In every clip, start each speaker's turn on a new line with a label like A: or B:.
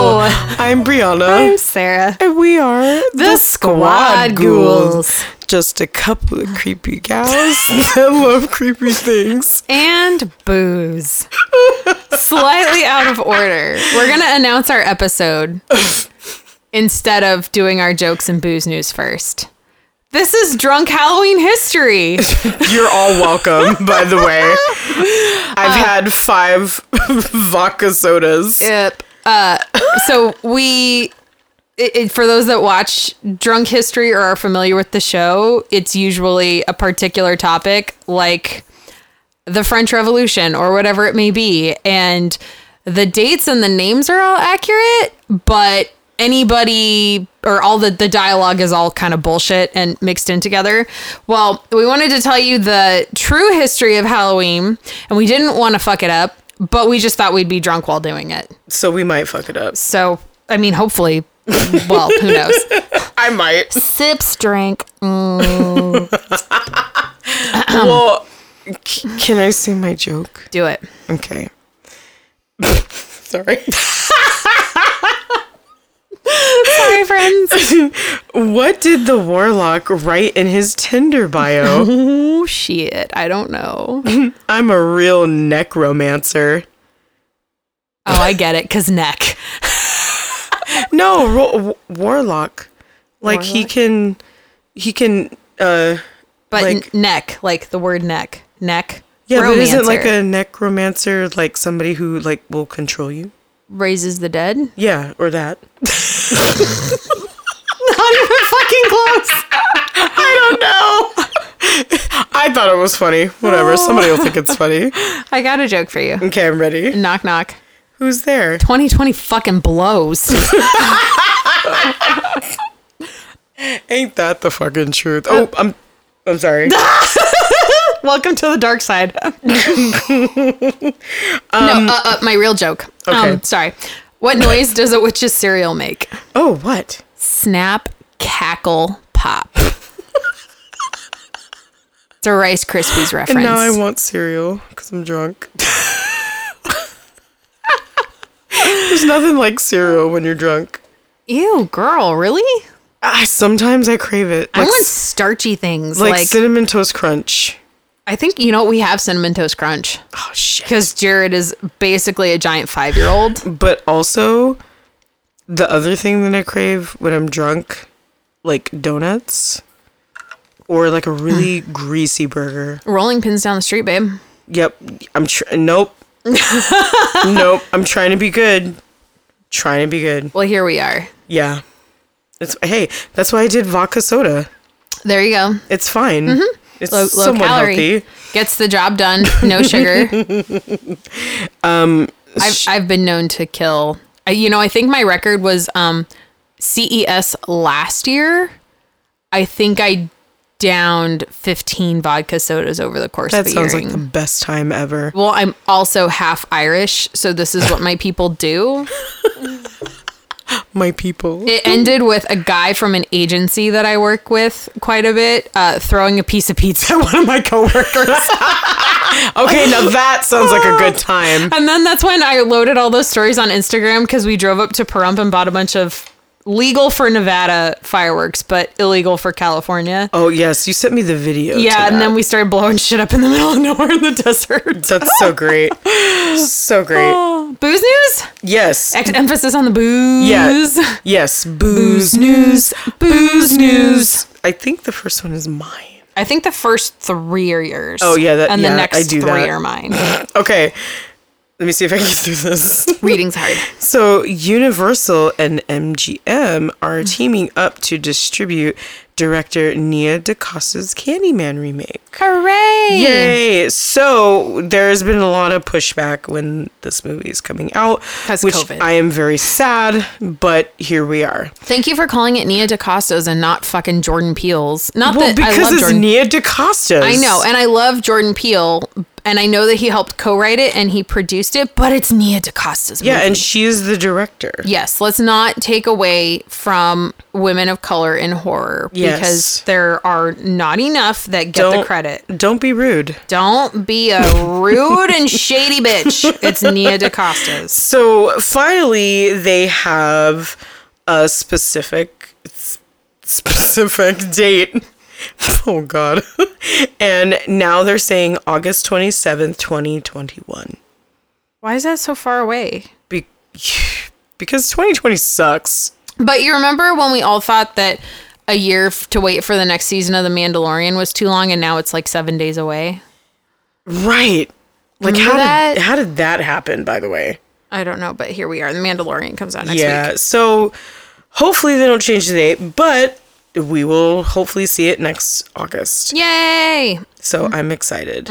A: I'm Brianna.
B: I'm Sarah.
A: and we are the,
B: Squad Ghouls.
A: Just a couple of creepy gals that love creepy things.
B: And booze. Slightly out of order. We're going to announce our episode instead of doing our jokes and booze news first. This is drunk Halloween history.
A: You're all welcome, by the way. I've
B: Uh,
A: had five vodka sodas.
B: Yep. Uh, so we, it, it- for those that watch Drunk History or are familiar with the show, it's usually a particular topic like the French Revolution or whatever it may be, and the dates and the names are all accurate, but anybody or all the the dialogue is all kind of bullshit and mixed in together. Well, we wanted to tell you the true history of Halloween, and we didn't want to fuck it up. But we just thought we'd be drunk while doing it.
A: So we might fuck it up.
B: So, I mean, hopefully, well, who knows?
A: I might.
B: Sips drink. mm,
A: well, c- can I say my joke?
B: Do it.
A: Okay. Sorry.
B: Sorry, friends.
A: What did the warlock write in his Tinder bio?
B: oh, shit. I don't know. Oh,
A: I'm a real necromancer.
B: I get it. Cause neck.
A: No, ro- w- warlock. Like he can, he can. uh
B: But
A: Like-
B: n- neck, like the word neck. Neck.
A: Yeah, but isn't like
B: Romancer.
A: a necromancer like somebody who like will control you?
B: raises the dead? Not
A: Yeah, or that.
B: even fucking close.
A: I don't know. I thought it was funny. Whatever.
B: Oh.
A: Somebody will think it's funny.
B: I got a joke for you.
A: Okay, I'm ready.
B: Knock knock.
A: Who's there?
B: 2020 fucking blows.
A: Ain't that the fucking truth?
B: Uh,
A: Oh, I'm. I'm sorry.
B: Welcome to the dark side. no, uh, uh, my real joke.
A: Okay.
B: Um, sorry. What noise does a witch's cereal make?
A: Oh, what?
B: Snap, cackle, pop. it's a Rice Krispies reference.
A: And now I want cereal because I'm drunk. There's nothing like cereal when you're drunk.
B: Ew, girl, really?
A: Ah, sometimes I crave it.
B: I
A: Like,
B: want starchy things.
A: like,
B: Like,
A: cinnamon toast crunch.
B: I think you know we have cinnamon toast crunch
A: Oh shit!
B: because Jared is basically a giant five year old.
A: But also, the other thing that I crave when I'm drunk, like donuts, or like a really greasy burger.
B: Rolling pins down the street, babe.
A: Yep, I'm tr- nope, nope. I'm trying to be good. Trying to be good.
B: Well, here we are.
A: Yeah. It's hey, that's why I did vodka soda.
B: There you go.
A: It's fine. It's
B: Mm-hmm. Low, low
A: somewhat
B: calorie
A: healthy.
B: gets the job done. No sugar. um,
A: Um,
B: I've I've been known to kill. I, you know, I think my record was um, CES last year. I think I downed fifteen vodka sodas over the course
A: That
B: of a year.
A: sounds like the best time ever.
B: well, I'm also half Irish, so this is what my people do.
A: My people.
B: It ended with a guy from an agency that I work with quite a bit uh, throwing a piece of pizza at one of my coworkers.
A: Okay, now that sounds like a good time.
B: And then that's when I loaded all those stories on Instagram because we drove up to Pahrump and bought a bunch of legal for Nevada fireworks, but illegal for California.
A: Oh yes, you sent me the video. to
B: yeah, and then
A: that.
B: we started blowing shit up in the middle of nowhere in the desert.
A: That's so great. so great.
B: booze news?
A: Yes.
B: Ex- emphasis on the booze.
A: Yeah. Yes. Booze,
B: Booze news. Booze news.
A: I think the first one is mine.
B: I think the first three are yours.
A: Oh, yeah, that-
B: and
A: yeah,
B: the next
A: I do
B: three
A: that.
B: are mine.
A: Okay. Let me see if I can do this.
B: Reading's hard.
A: So, Universal and MGM are
B: Mm-hmm.
A: teaming up to distribute director Nia DaCosta's Candyman remake.
B: Hooray!
A: Yay! So, there's been a lot of pushback when this movie is coming out,
B: 'Cause
A: which
B: COVID.
A: I am very sad, but here we are.
B: Thank you for calling it Nia DaCosta's and not fucking Jordan Peele's. Not
A: Well,
B: that I
A: because
B: love
A: it's
B: Jordan
A: Nia DaCosta's.
B: I know, and I love Jordan Peele, and I know that he helped co-write it and he produced it, but it's Nia DaCosta's
A: Yeah,
B: movie.
A: and she's the director.
B: yes, let's not take away from women of color in horror
A: Yes.
B: because there are not enough that get the
A: Don't-
B: credit.
A: Don't be rude.
B: Don't be a rude and shady bitch. It's Nia DaCosta's.
A: So finally, they have a specific s- specific date. Oh God! and now they're saying August twenty seventh, twenty twenty one,
B: Why is that so far away?
A: because twenty twenty sucks.
B: But you remember when we all thought that a year f- to wait for the next season of The Mandalorian was too long, and now it's like seven days away?
A: Right? Like how
B: Remember that?
A: did how did that happen? By the way,
B: I don't know, but here we are. The Mandalorian comes out next
A: yeah.
B: week.
A: So hopefully they don't change the date, but we will hopefully see it next August.
B: Yay!
A: So I'm excited.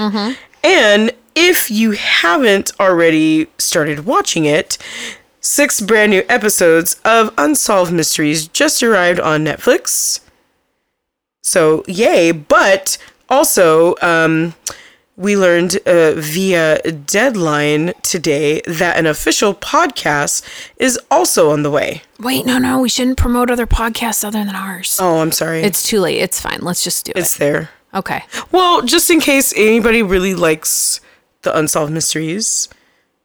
A: And if you haven't already started watching it, six brand new episodes of Unsolved Mysteries just arrived on Netflix. So yay! But also, um, we learned uh, via Deadline today that an official podcast is also on the way.
B: Wait, no, no, we shouldn't promote other podcasts other than ours.
A: Oh, I'm sorry.
B: It's too late. It's fine. Let's just do
A: it's there.
B: it. Okay.
A: Well, just in case anybody really likes the unsolved mysteries,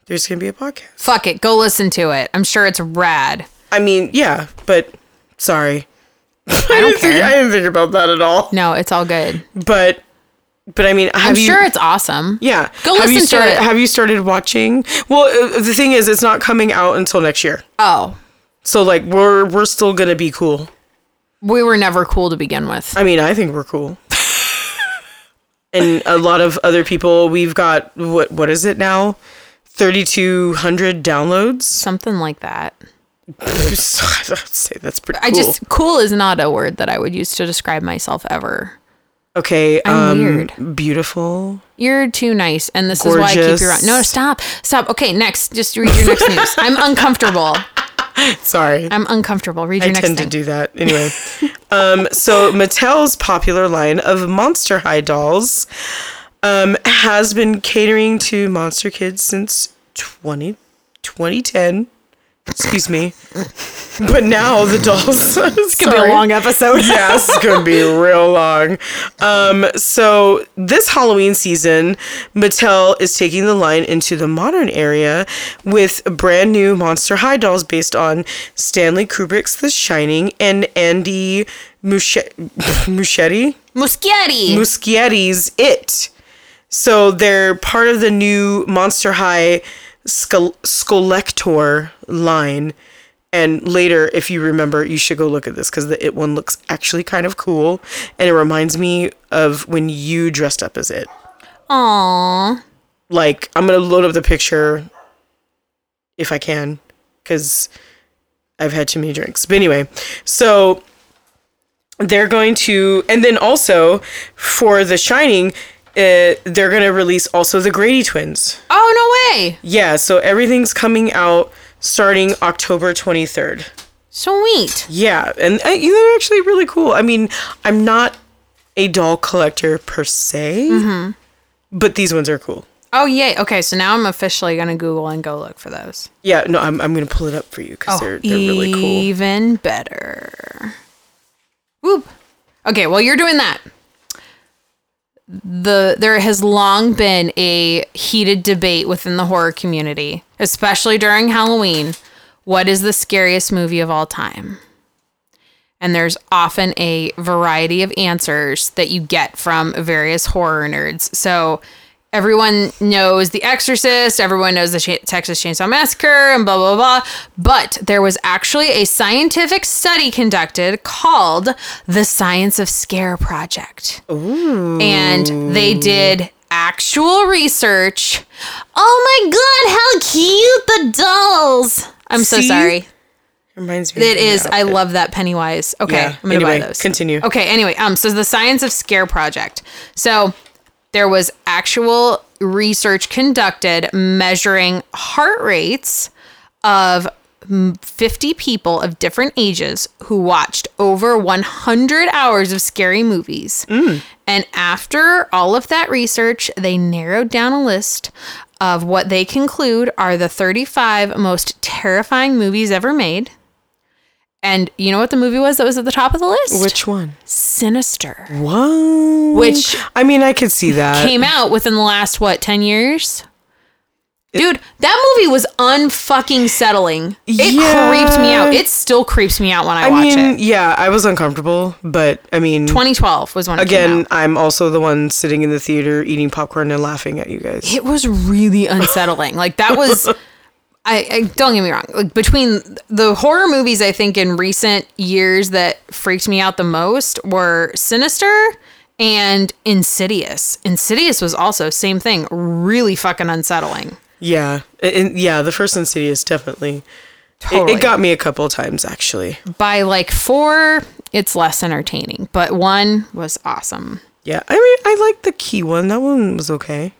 A: there's gonna be a podcast.
B: Fuck it. Go listen to it. I'm sure it's rad.
A: I mean, yeah, but sorry, I,
B: don't
A: didn't think
B: care.
A: I didn't think about that at all.
B: No, it's all good.
A: But, but I mean, have
B: I'm
A: you?
B: sure it's awesome.
A: yeah,
B: Go
A: have you
B: listen to
A: started,
B: it.
A: Have you started watching? Well, uh, the thing is, it's not coming out until next year,
B: Oh,
A: so like we're we're still gonna be cool.
B: we were never cool to begin with.
A: I mean, I think we're cool. and a lot of other people, we've got what what is it now? 3200 downloads.
B: Something like that.
A: I'd say that's pretty cool.
B: I just cool is not a word that I would use to describe myself ever.
A: Okay,
B: I'm
A: um
B: weird.
A: beautiful.
B: You're too nice, and this is why I keep you
A: Gorgeous.
B: around. No, stop, stop. Okay, next, just read your next news. I'm uncomfortable.
A: Sorry.
B: I'm uncomfortable. Read your
A: I
B: Oh, next
A: tend
B: thing.
A: to do that anyway. um, so Mattel's popular line of Monster High dolls um, has been catering to monster kids since 20, 2010. Excuse me, but now the dolls. it's
B: Could be a long episode.
A: yeah, this is gonna be real long. Um, so this Halloween season, Mattel is taking the line into the modern area with brand new Monster High dolls based on Stanley Kubrick's The Shining and Andy Musche- Muschietti
B: Muschietti.
A: Muschietti's It. So they're part of the new Monster High Skol- Skolector line. And later, if you remember, you should go look at this because the It one looks actually kind of cool. And it reminds me of when you dressed up as It.
B: Aww.
A: Like, I'm going to load up the picture if I can because I've had too many drinks. But anyway, so they're going to, and then also for The Shining, uh, they're going to release also the Grady twins.
B: Oh no way.
A: Yeah, so everything's coming out starting October 23rd.
B: Sweet.
A: Yeah, and uh, yeah, they're actually really cool. I mean, I'm not a doll collector per se, but these ones are cool.
B: Oh yay. Okay, so now I'm officially gonna Google and go look for those.
A: Yeah, no, I'm, I'm going to pull it up for you because they're, they're really
B: Oh,
A: cool.
B: Even better. Whoop. Okay, well you're doing that. The there has long been a heated debate within the horror community, especially during Halloween. What is the scariest movie of all time? And there's often a variety of answers that you get from various horror nerds. So everyone knows The Exorcist, everyone knows the Ch- Texas Chainsaw Massacre, and blah, blah, blah. But there was actually a scientific study conducted called the Science of Scare Project. And they did actual research. Oh my God, how cute the dolls! I'm so
A: See?
B: sorry.
A: Reminds me. of
B: It
A: your
B: is. I
A: outfit.
B: love that Pennywise. Okay,
A: Yeah.
B: I'm gonna buy
A: Anyway,
B: those.
A: continue.
B: Okay. Anyway, um, so the Science of Scare project. So there was actual research conducted measuring heart rates of m- 50 people of different ages who watched over 100 hours of scary movies. And after all of that research, they narrowed down a list of what they conclude are the 35 most terrifying movies ever made. And you know what the movie was that was at the top of the list?
A: Which one?
B: Sinister.
A: Whoa.
B: Which-
A: I mean, I could see that.
B: came out within the last what 10 years dude that movie was unfucking settling it
A: Yeah.
B: creeped me out it still creeps me out when i,
A: I
B: watch
A: mean,
B: it
A: yeah, I was uncomfortable, but I mean,
B: 2012 was when it came
A: again,
B: out.
A: I'm also the one sitting in the theater eating popcorn and laughing at you guys.
B: it was really unsettling like that was I, I don't get me wrong like between the horror movies i think in recent years that freaked me out the most were sinister and insidious insidious was also same thing really fucking unsettling
A: Yeah, and, yeah, the first Insidious definitely. It- It,
B: Totally.
A: got me a couple times actually.
B: by like four, it's less entertaining, but one was awesome.
A: Yeah, I mean, I liked the key one. That one was okay.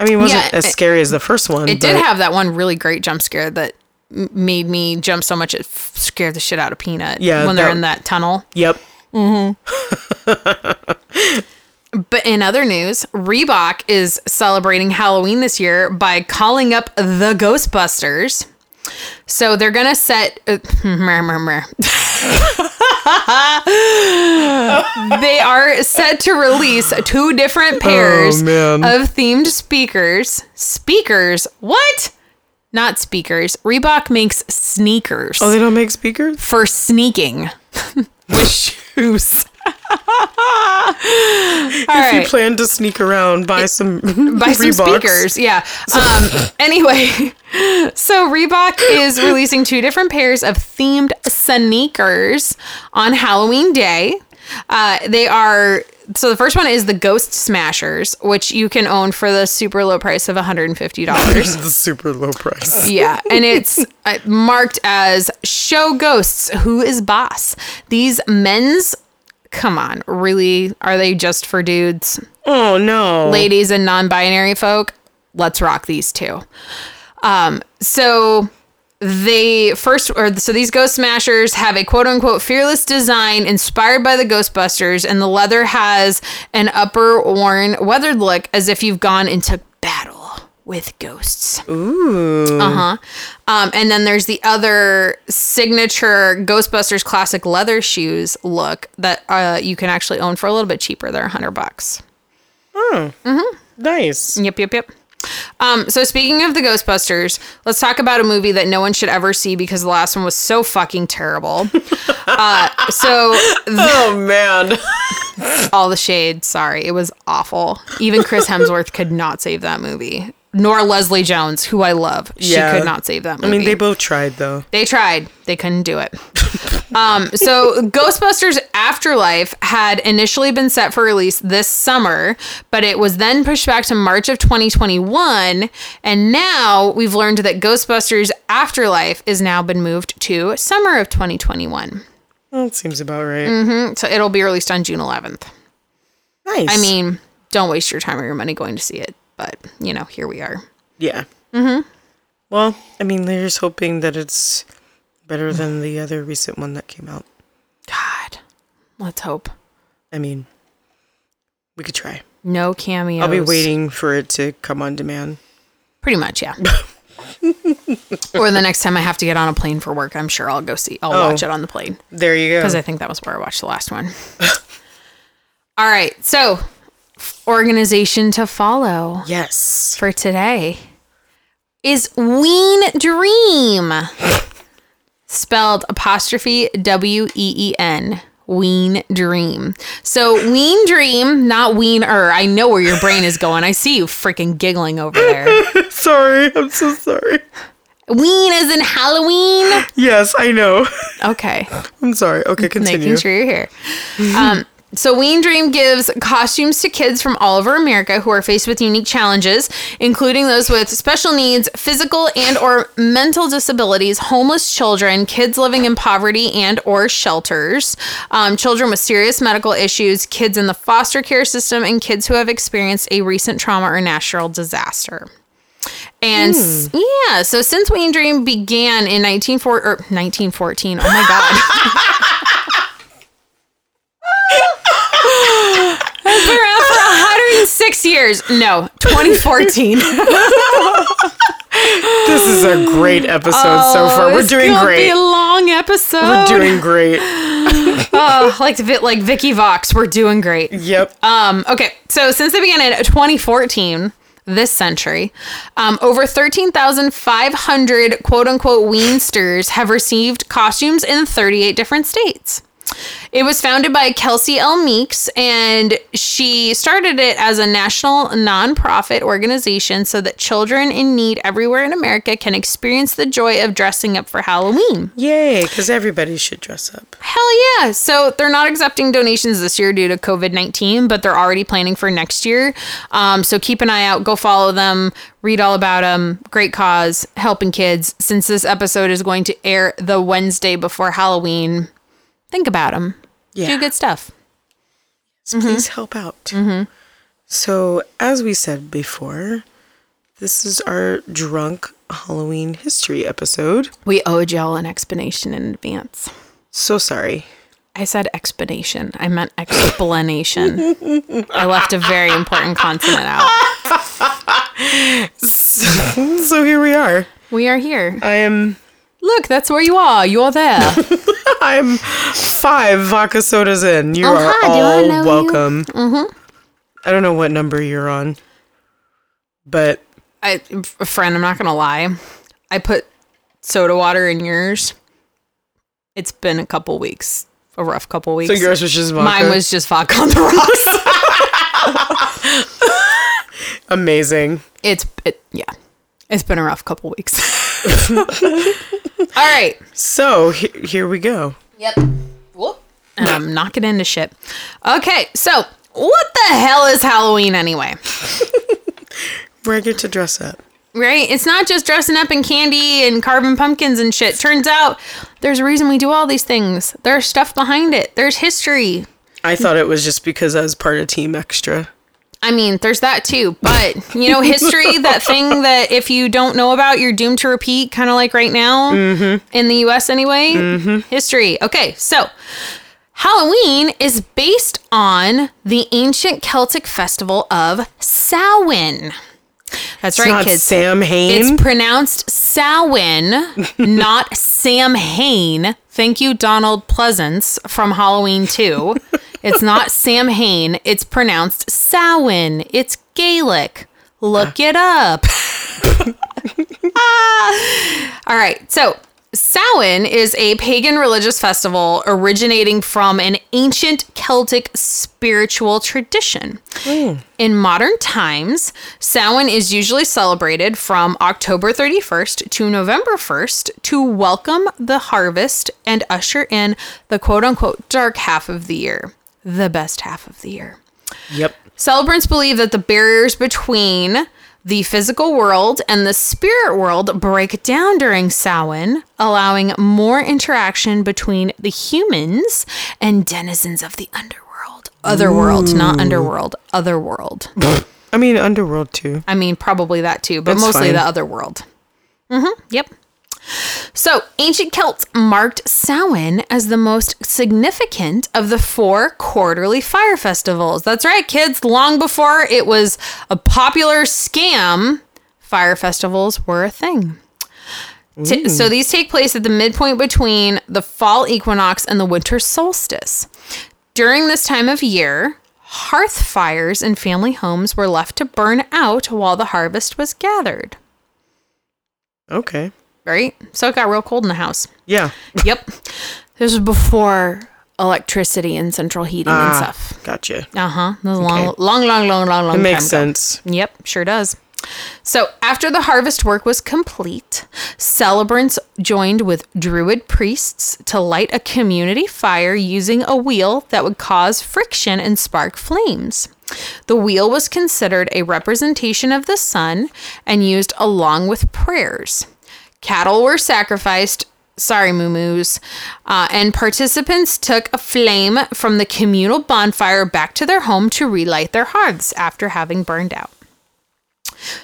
A: I mean, it wasn't
B: Yeah,
A: as
B: it-
A: scary as the first one.
B: It did
A: but-
B: have that one really great jump scare that m- made me jump so much it f- scared the shit out of Peanut
A: Yeah,
B: when they're
A: that-
B: in that tunnel.
A: Yep.
B: But in other news, Reebok is celebrating Halloween this year by calling up the Ghostbusters. So they're going to set. Uh, mer, mer, mer. they are set to release two different pairs
A: Oh, man.
B: of themed speakers. Speakers? What? Not speakers. Reebok makes sneakers
A: Oh, they don't make speakers.
B: for sneaking with shoes. All
A: if
B: right
A: you plan to sneak around, buy some
B: buy some
A: Reeboks.
B: speakers. Yeah. Um, anyway, so Reebok is releasing two different pairs of themed sneakers on Halloween Day. Uh, they are so the first one is the Ghost Smashers, which you can own for the super low price of one hundred and fifty dollars.
A: the super low price.
B: Yeah, and it's uh, marked as show ghosts who is boss. These men's come on, really are they just for dudes?
A: Oh no.
B: ladies and non-binary folk, let's rock these two. Um, so they first or so these ghost smashers have a quote unquote fearless design inspired by the ghostbusters and the leather has an upper worn weathered look as if you've gone into battle with ghosts uh-huh um, and then there's the other signature ghostbusters classic leather shoes look that uh, you can actually own for a little bit cheaper they're 100 bucks
A: Nice.
B: Yep, yep, yep. Um, so speaking of the Ghostbusters, let's talk about a movie that no one should ever see because the last one was so fucking terrible. uh, so th-
A: Oh man.
B: all the shade, sorry, it was awful. Even Chris Hemsworth could not save that movie, nor Leslie Jones, who I love. She
A: Yeah.
B: could not save that
A: I
B: movie.
A: mean, they both tried though.
B: They tried. They couldn't do it. um, so Ghostbusters Afterlife had initially been set for release this summer, but it was then pushed back to March of 2021. And now we've learned that Ghostbusters Afterlife is now been moved to summer of 2021.
A: That seems about right.
B: So it'll be released on June 11th.
A: Nice.
B: I mean, don't waste your time or your money going to see it, but you know, here we are.
A: yeah. Mm-hmm. Well, I mean, they're just hoping that it's better than the other recent one that came out.
B: God, let's hope.
A: I mean, we could try.
B: No cameos.
A: I'll be waiting for it to come on demand.
B: Pretty much, yeah. or the next time I have to get on a plane for work, I'm sure I'll go see. I'll watch it on the plane
A: There you
B: because
A: go.
B: I think that was where I watched the last one. All right, so organization to follow
A: yes.
B: for today is Ween Dream, spelled apostrophe W E E N. Ween Dream. So Ween Dream, not Weener. I know where your brain is going. I see you freaking giggling over there.
A: Sorry. I'm so sorry.
B: Ween is in Halloween.
A: Yes, I know.
B: Okay,
A: I'm sorry. Okay,
B: making
A: continue.
B: sure you're here. Um, so Ween Dream gives costumes to kids from all over America who are faced with unique challenges, including those with special needs, physical and or mental disabilities, homeless children, kids living in poverty and or shelters, um, children with serious medical issues, kids in the foster care system, and kids who have experienced a recent trauma or natural disaster. And s- yeah, so Since Wayne Dream began in 19, or 1914. Oh my God. It's been around for 106 years. No, 2014.
A: This is a great episode so far. We're
B: Oh, It's
A: doing
B: gonna Be
A: great.
B: a long episode.
A: We're doing great.
B: oh, like Vi- like Vicky Vox. We're doing great.
A: Yep.
B: Um, okay, so since they began in 2014, this century, um, over 13,500 quote unquote Weensters have received costumes in 38 different states. It was founded by Kelsey L. Meeks, and she started it as a national nonprofit organization so that children in need everywhere in America can experience the joy of dressing up for Halloween.
A: Yay, because everybody should dress up.
B: Hell yeah. So they're not accepting donations this year due to COVID 19, but they're already planning for next year. Um, so keep an eye out. Go follow them. Read all about them. Great cause, helping kids. Since this episode is going to air the Wednesday before Halloween, think about them.
A: Yeah.
B: Do good stuff.
A: Please
B: Mm-hmm.
A: help out. So, as we said before, this is our drunk Halloween history episode.
B: We owed y'all an explanation in advance.
A: So sorry.
B: I said explanation. I meant explanation. I left a very important consonant out.
A: So here we are.
B: We are here.
A: I am
B: Look, that's where you are. You're there.
A: I'm five vodka sodas in. You
B: Oh,
A: are
B: hi, do I
A: all
B: know you?
A: welcome. Mm-hmm. I don't know what number you're on, but
B: I, a friend, I'm not gonna lie. I put soda water in yours. It's been a couple weeks, a rough couple weeks.
A: so yours was just vodka.
B: Mine was just vodka on the rocks.
A: amazing.
B: it's it, yeah. It's been a rough couple weeks. All right.
A: So he- here we go.
B: Yep. Whoop. And I'm knocking into shit. Okay, so what the hell is Halloween anyway?
A: Where I get to dress up.
B: Right? It's not just dressing up in candy and carving pumpkins and shit. Turns out there's a reason we do all these things. There's stuff behind it. There's history.
A: I thought it was just because I was part of Team Extra.
B: I mean, there's that too. But, you know, history, that thing that if you don't know about, you're doomed to repeat, kind of like right now in the US anyway. History. Okay, so Halloween is based on the ancient Celtic festival of Samhain. That's right,
A: Not
B: kids.
A: Sam Hain.
B: It's pronounced Samhain, not Sam Hain. Thank you, Donald Pleasance from Halloween 2. It's not Sam Hain. It's pronounced Samhain. It's Gaelic. Look it up. Ah. All right. So, Samhain is a pagan religious festival originating from an ancient Celtic spiritual tradition. In modern times, Samhain is usually celebrated from October 31st to November 1st to welcome the harvest and usher in the quote unquote dark half of the year, the best half of the year.
A: yep.
B: Celebrants believe that the barriers between the physical world and the spirit world break down during Samhain, allowing more interaction between the humans and denizens of the underworld. Otherworld, not underworld, otherworld.
A: I mean Underworld too.
B: I mean, probably that too, but
A: That's
B: mostly
A: fine.
B: the other world. hmm Yep. So, ancient Celts marked Samhain as the most significant of the four quarterly fire festivals. That's right, kids. Long before it was a popular scam, fire festivals were a thing. T-
A: Mm.
B: so these take place at the midpoint between the fall equinox and the winter solstice. During this time of year, hearth fires in family homes were left to burn out while the harvest was gathered.
A: Okay.
B: Right? So it got real cold in the house.
A: Yeah.
B: Yep. This was before electricity and central heating and
A: Ah,
B: stuff.
A: gotcha.
B: Uh huh. Long,
A: Okay.
B: long, long, long, long, long.
A: It makes
B: time ago.
A: sense.
B: Yep, sure does. So, after the harvest work was complete, celebrants joined with druid priests to light a community fire using a wheel that would cause friction and spark flames. The wheel was considered a representation of the sun and used along with prayers. Cattle were sacrificed. Sorry, moo-moos. Uh, and participants took a flame from the communal bonfire back to their home to relight their hearths after having burned out.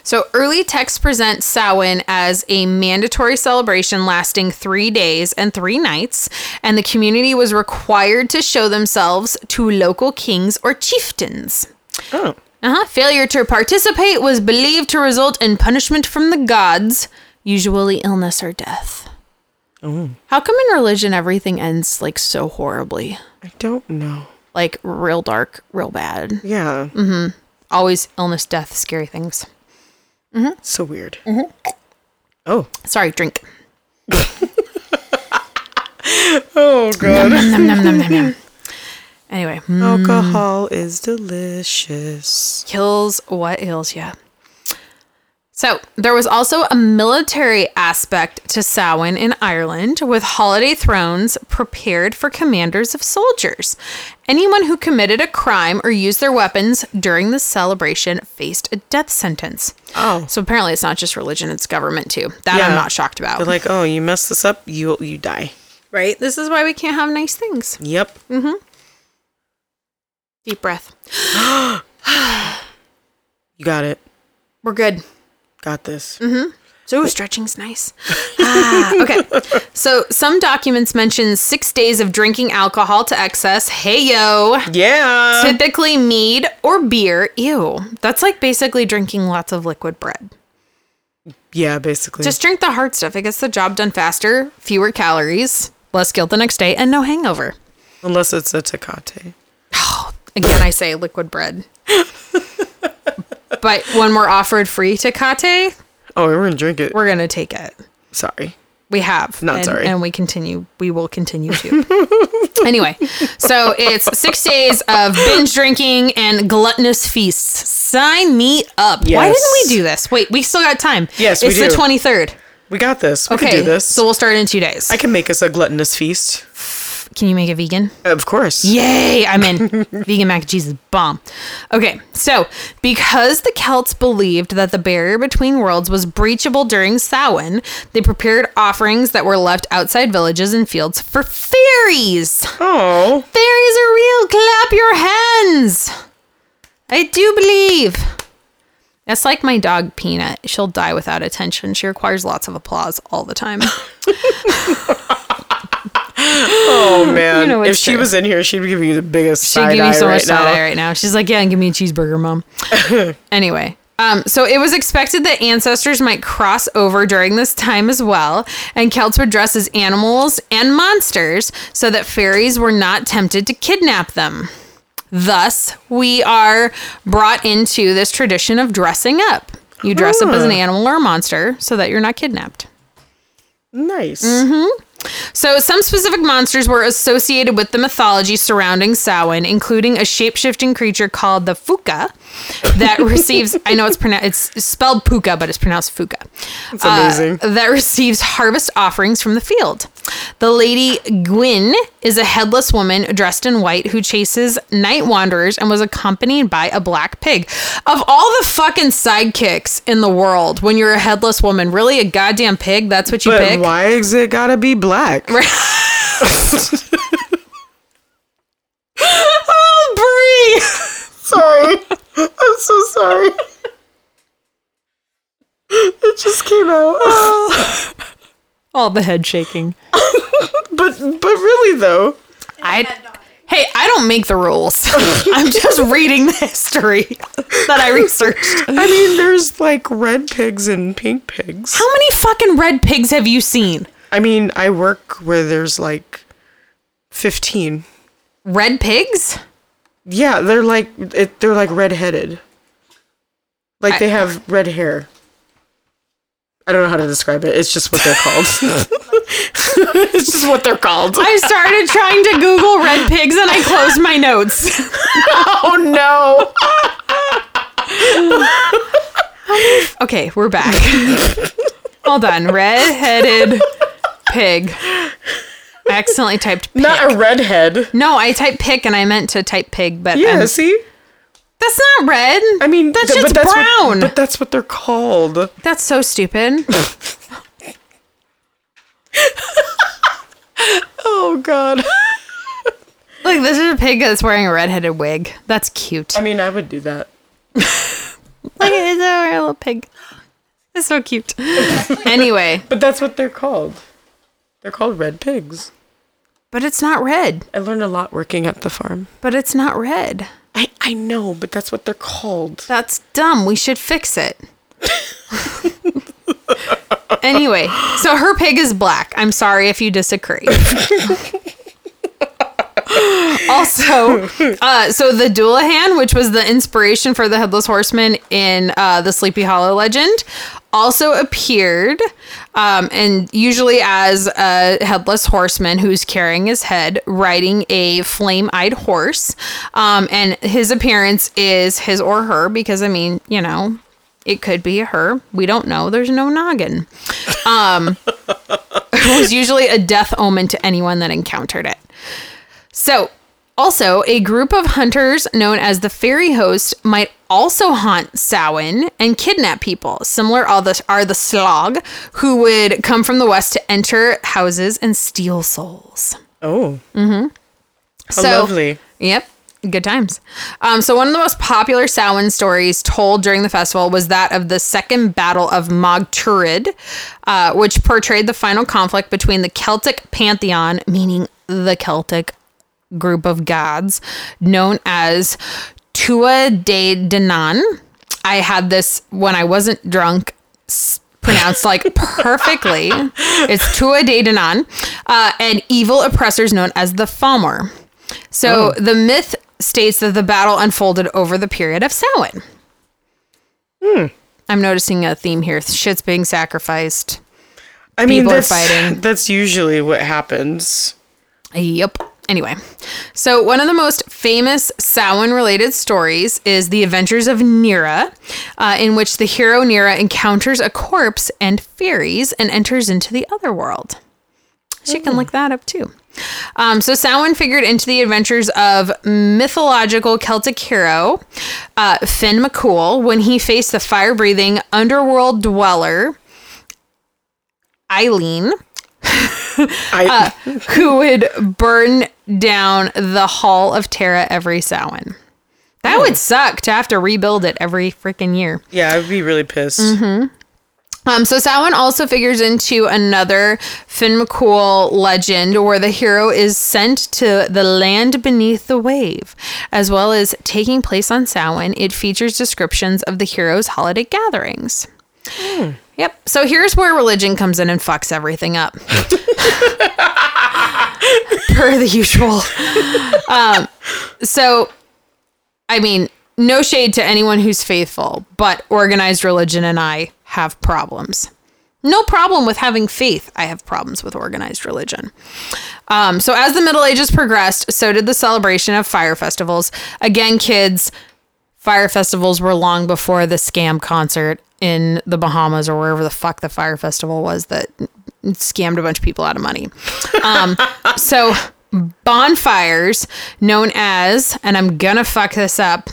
B: So early texts present Samhain as a mandatory celebration lasting three days and three nights, and the community was required to show themselves to local kings or chieftains.
A: Oh.
B: Uh-huh. Failure to participate was believed to result in punishment from the gods, usually illness or death. How come in religion everything ends like so horribly?
A: I don't know.
B: Like real dark, real bad.
A: Yeah.
B: Mm-hmm. Always illness, death, scary things.
A: So weird.
B: Mm-hmm.
A: Oh.
B: Sorry, drink.
A: Oh god.
B: Nom, nom, nom, nom, nom. Anyway, mm,
A: Alcohol is delicious.
B: kills what ails ya. So, there was also a military aspect to Samhain in Ireland, with holiday thrones prepared for commanders of soldiers. Anyone who committed a crime or used their weapons during the celebration faced a death sentence.
A: Oh.
B: So, apparently, it's not just religion, it's government too. That
A: Yeah.
B: I'm not shocked about.
A: They're like, "Oh, you mess this up, you you die."
B: right? This is why we can't have nice things.
A: Yep.
B: Mm. Deep breath.
A: You got it.
B: We're good.
A: Got this.
B: Mm-hmm. So stretching's nice. Ah, okay. So some documents mention six days of drinking alcohol to excess. Hey yo.
A: Yeah.
B: Typically mead or beer. Ew. That's like basically drinking lots of liquid bread.
A: yeah, basically.
B: Just drink the hard stuff. It gets the job done faster, fewer calories, less guilt the next day, and no hangover.
A: unless it's a Tecate.
B: Again, I say liquid bread. but when we're offered free Tecate,
A: Oh, we're gonna drink it.
B: we're gonna take it.
A: Sorry.
B: We have.
A: Not
B: and,
A: sorry.
B: And we continue. We will continue to. anyway, so it's six days of binge drinking and gluttonous feasts. Sign me up. Why
A: Yes.
B: didn't we do this? Wait, we still got time.
A: Yes, we
B: it's the
A: do.
B: twenty third.
A: We got this. We
B: Okay,
A: can do this.
B: so we'll start in two days.
A: I can make us a gluttonous feast.
B: Can you make it vegan?
A: Of course.
B: Yay! I'm in. Vegan mac and cheese is bomb. Okay, so because the Celts believed that the barrier between worlds was breachable during Samhain, they prepared offerings that were left outside villages and fields for fairies.
A: Oh.
B: Fairies are real. Clap your hands. I do believe. That's like my dog Peanut. She'll die without attention. She requires lots of applause all the time.
A: Oh man.
B: know
A: if
B: it's
A: she
B: true.
A: was in here, she'd be giving you the biggest
B: She'd
A: side
B: give
A: eye
B: me so
A: right
B: much side eye
A: now.
B: right now. She's like, yeah, give me a cheeseburger, mom. anyway, um, so it was expected that ancestors might cross over during this time as well, and Celts would dress as animals and monsters so that fairies were not tempted to kidnap them. Thus, we are brought into this tradition of dressing up. You dress up as an
A: Ah.
B: animal or a monster so that you're not kidnapped.
A: Nice.
B: Mm-hmm. So, some specific monsters were associated with the mythology surrounding Samhain, including a shapeshifting creature called the Fuka that receives, I know it's pronounced, it's spelled Puka, but it's pronounced Fuka. It's
A: amazing.
B: that receives harvest offerings from the field. The Lady Gwyn is a headless woman dressed in white who chases night wanderers and was accompanied by a black pig. Of all the fucking sidekicks in the world, when you're a headless woman, really a goddamn pig, that's what you
A: But
B: pick?
A: why is it gotta be black?
B: Oh, Bree!
A: Sorry. I'm so sorry. It just came out.
B: Oh. All the head shaking.
A: but but really though.
B: I Hey, I don't make the rules. I'm just reading the history that I researched.
A: I mean there's like red pigs and pink pigs.
B: How many fucking red pigs have you seen?
A: I mean, I work where there's like 15.
B: Red pigs?
A: Yeah, they're like it, they're like redheaded. Like they have red hair. I don't know how to describe it. It's just what they're called. it's just what they're called.
B: I started trying to Google red pigs and I closed my notes.
A: Oh no.
B: Okay, we're back. Hold on. Red-headed pig. I accidentally typed pick.
A: Not a redhead.
B: no, I typed pick and I meant to type pig, but
A: Yeah,
B: I'm-
A: see?
B: that's not red.
A: I mean,
B: That
A: th-
B: shit's
A: that's
B: brown.
A: What, but that's what they're called.
B: That's so stupid.
A: Oh god.
B: Look, this is a pig that's wearing a redheaded wig. That's cute.
A: I mean, I would do that.
B: Look at his little pig. It's so cute. anyway,
A: But that's what they're called. They're called red pigs.
B: but it's not red.
A: I learned a lot working at the farm.
B: But it's not red.
A: I, I know, but that's what they're called.
B: That's dumb. We should fix it. anyway, so her pig is black. I'm sorry if you disagree. also, uh, so the Doulahan, which was the inspiration for the Headless Horseman in uh, the Sleepy Hollow legend, also appeared, um, and usually as a headless horseman who's carrying his head, riding a flame-eyed horse, um, and his appearance is his or her because I mean, you know, it could be a her. We don't know. There's no noggin. Um, was usually a death omen to anyone that encountered it. So, also, a group of hunters known as the Fairy Host might also haunt Samhain and kidnap people. Similar are the, are the Slog, who would come from the west to enter houses and steal souls.
A: Oh, how
B: So-
A: lovely.
B: Yep. Good times. Um, so one of the most popular Samhain stories told during the festival was that of the Second Battle of Mogturid, uh, which portrayed the final conflict between the Celtic pantheon, meaning the Celtic group of gods, known as Tua de Danann. I had this when I wasn't drunk s- pronounced like perfectly. It's Tua de Danann, uh, and evil oppressors known as the Falmer. So the myth states that the battle unfolded over the period of Samhain. Hmm. I'm noticing a theme here. Shit's being sacrificed.
A: I mean,
B: people are
A: that's,
B: fighting.
A: that's usually what happens.
B: Yep. Anyway, so one of the most famous Samhain related stories is The Adventures of Nira, uh, in which the hero Nira encounters a corpse and fairies and enters into the other world. So you can look that up too. Um, so Samhain figured into the adventures of mythological Celtic hero uh, Finn McCool when he faced the fire breathing underworld dweller Eileen
A: I,
B: Uh, who would burn down the Hall of Terra every Samhain. That would suck to have to rebuild it every freaking year.
A: yeah, I'd be really pissed.
B: mm-hmm. Um, so Samhain also figures into another Finn McCool legend where the hero is sent to the land beneath the wave. As well as taking place on Samhain, it features descriptions of the hero's holiday gatherings. Yep. So here's where religion comes in and fucks everything up. per the usual. Um, so, I mean, no shade to anyone who's faithful, but organized religion and I have problems. No problem with having faith. I have problems with organized religion. Um, so, as the Middle Ages progressed, so did the celebration of fire festivals. Again, kids, fire festivals were long before the scam concert in the Bahamas or wherever the fuck the fire festival was that scammed a bunch of people out of money. Um, so bonfires, known as, and I'm gonna fuck this up.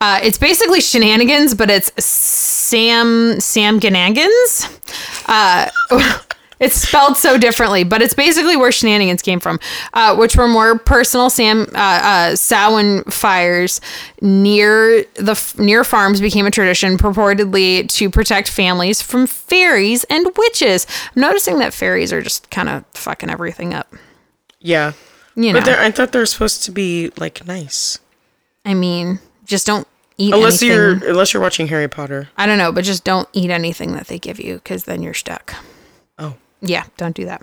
B: Uh, it's basically shenanigans, but it's Sam Sam Ganagans. It's spelled so differently, but it's basically where shenanigans came from, uh, which were more personal Sam uh, uh, Samhain fires near the f- near farms became a tradition, purportedly to protect families from fairies and witches. I'm noticing that fairies are just kind of fucking everything up.
A: Yeah.
B: You
A: But
B: know,
A: they're- I thought they were supposed to be like nice,
B: I mean, just don't eat
A: unless
B: anything.
A: you're unless you're watching Harry Potter.
B: I don't know, but just don't eat anything that they give you because then you're stuck.
A: Oh,
B: Yeah, don't do that.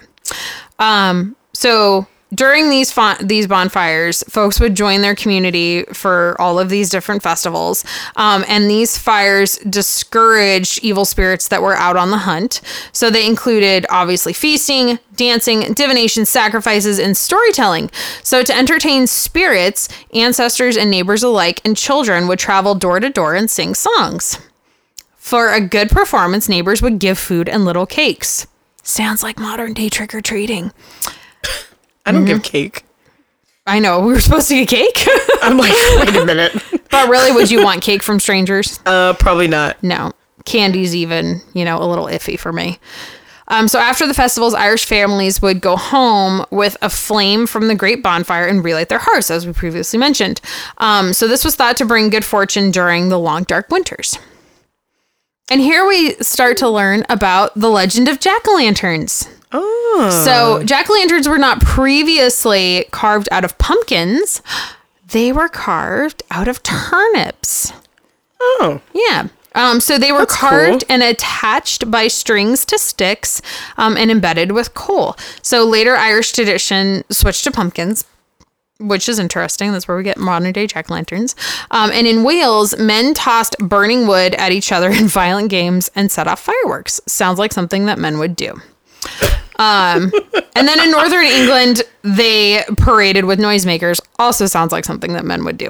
B: Um, so during these fon- these bonfires, folks would join their community for all of these different festivals, um, and these fires discouraged evil spirits that were out on the hunt. So they included obviously feasting, dancing, divination, sacrifices, and storytelling. So to entertain spirits, ancestors and neighbors alike, and children would travel door to door and sing songs. For a good performance, neighbors would give food and little cakes. Sounds like modern day trick or treating.
A: I don't
B: Mm-hmm.
A: give cake.
B: I know we were supposed to get cake,
A: I'm like, wait a minute.
B: but really, would you want cake from strangers?
A: Uh, probably not.
B: No, candy's even you know a little iffy for me. Um, so after the festivals, Irish families would go home with a flame from the great bonfire and relight their hearths, as we previously mentioned. Um, so this was thought to bring good fortune during the long dark winters. And here we start to learn about the legend of jack o' lanterns.
A: Oh.
B: So jack o' lanterns were not previously carved out of pumpkins; they were carved out of turnips.
A: Oh.
B: Yeah. Um, so they were
A: That's
B: carved
A: cool.
B: and attached by strings to sticks um, and embedded with coal. So later Irish tradition switched to pumpkins, which is interesting. That's where we get modern day jack lanterns. Um, and in Wales, men tossed burning wood at each other in violent games and set off fireworks. Sounds like something that men would do. Um, And then in northern England, they paraded with noisemakers. Also sounds like something that men would do.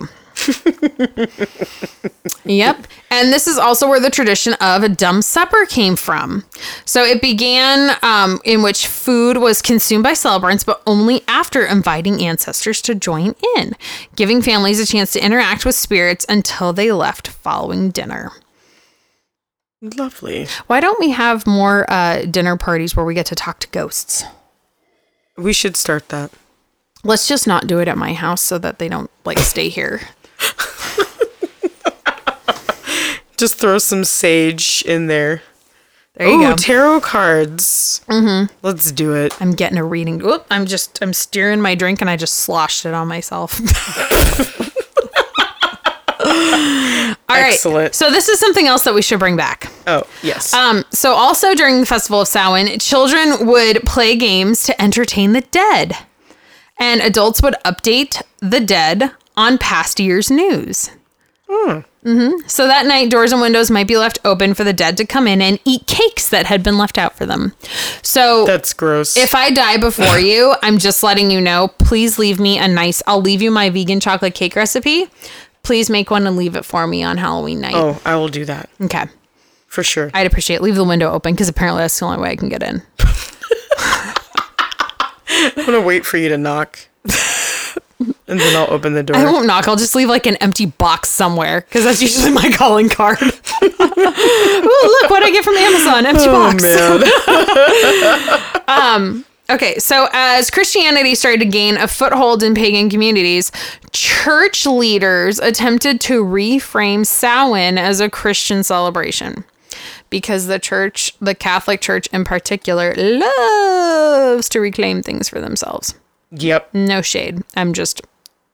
B: yep. And this is also where the tradition of a dumb supper came from. So it began um, in which food was consumed by celebrants, but only after inviting ancestors to join in, giving families a chance to interact with spirits until they left following dinner.
A: Lovely.
B: Why don't we have more uh, dinner parties where we get to talk to ghosts?
A: We should start that.
B: Let's just not do it at my house so that they don't like stay here.
A: Just throw some sage in there.
B: There you
A: Oh,
B: go.
A: tarot cards. Mm-hmm. Let's do it.
B: I'm getting a reading. Oop, I'm just I'm steering my drink and I just sloshed it on myself. All right.
A: Excellent.
B: So this is something else that we should bring back.
A: Oh, yes.
B: Um, so also during the festival of Samhain, children would play games to entertain the dead, and adults would update the dead on past year's news. hmm So that night, doors and windows might be left open for the dead to come in and eat cakes that had been left out for them. So
A: That's gross.
B: if I die before you, I'm just letting you know. Please leave me a nice. I'll leave you my vegan chocolate cake recipe. Please make one and leave it for me on Halloween night.
A: oh, I will do that
B: Okay.
A: for sure.
B: I'd appreciate it. Leave the window open because apparently that's the only way I can get in.
A: I'm gonna wait for you to knock, and then I'll open the door.
B: I won't knock. I'll just leave like an empty box somewhere because that's usually my calling card. Ooh, look what I get from Amazon. Empty
A: oh
B: box.
A: man.
B: Okay, so as Christianity started to gain a foothold in pagan communities, church leaders attempted to reframe Samhain as a Christian celebration because the church, the Catholic Church in particular, loves to reclaim things for themselves.
A: yep.
B: No shade. I'm just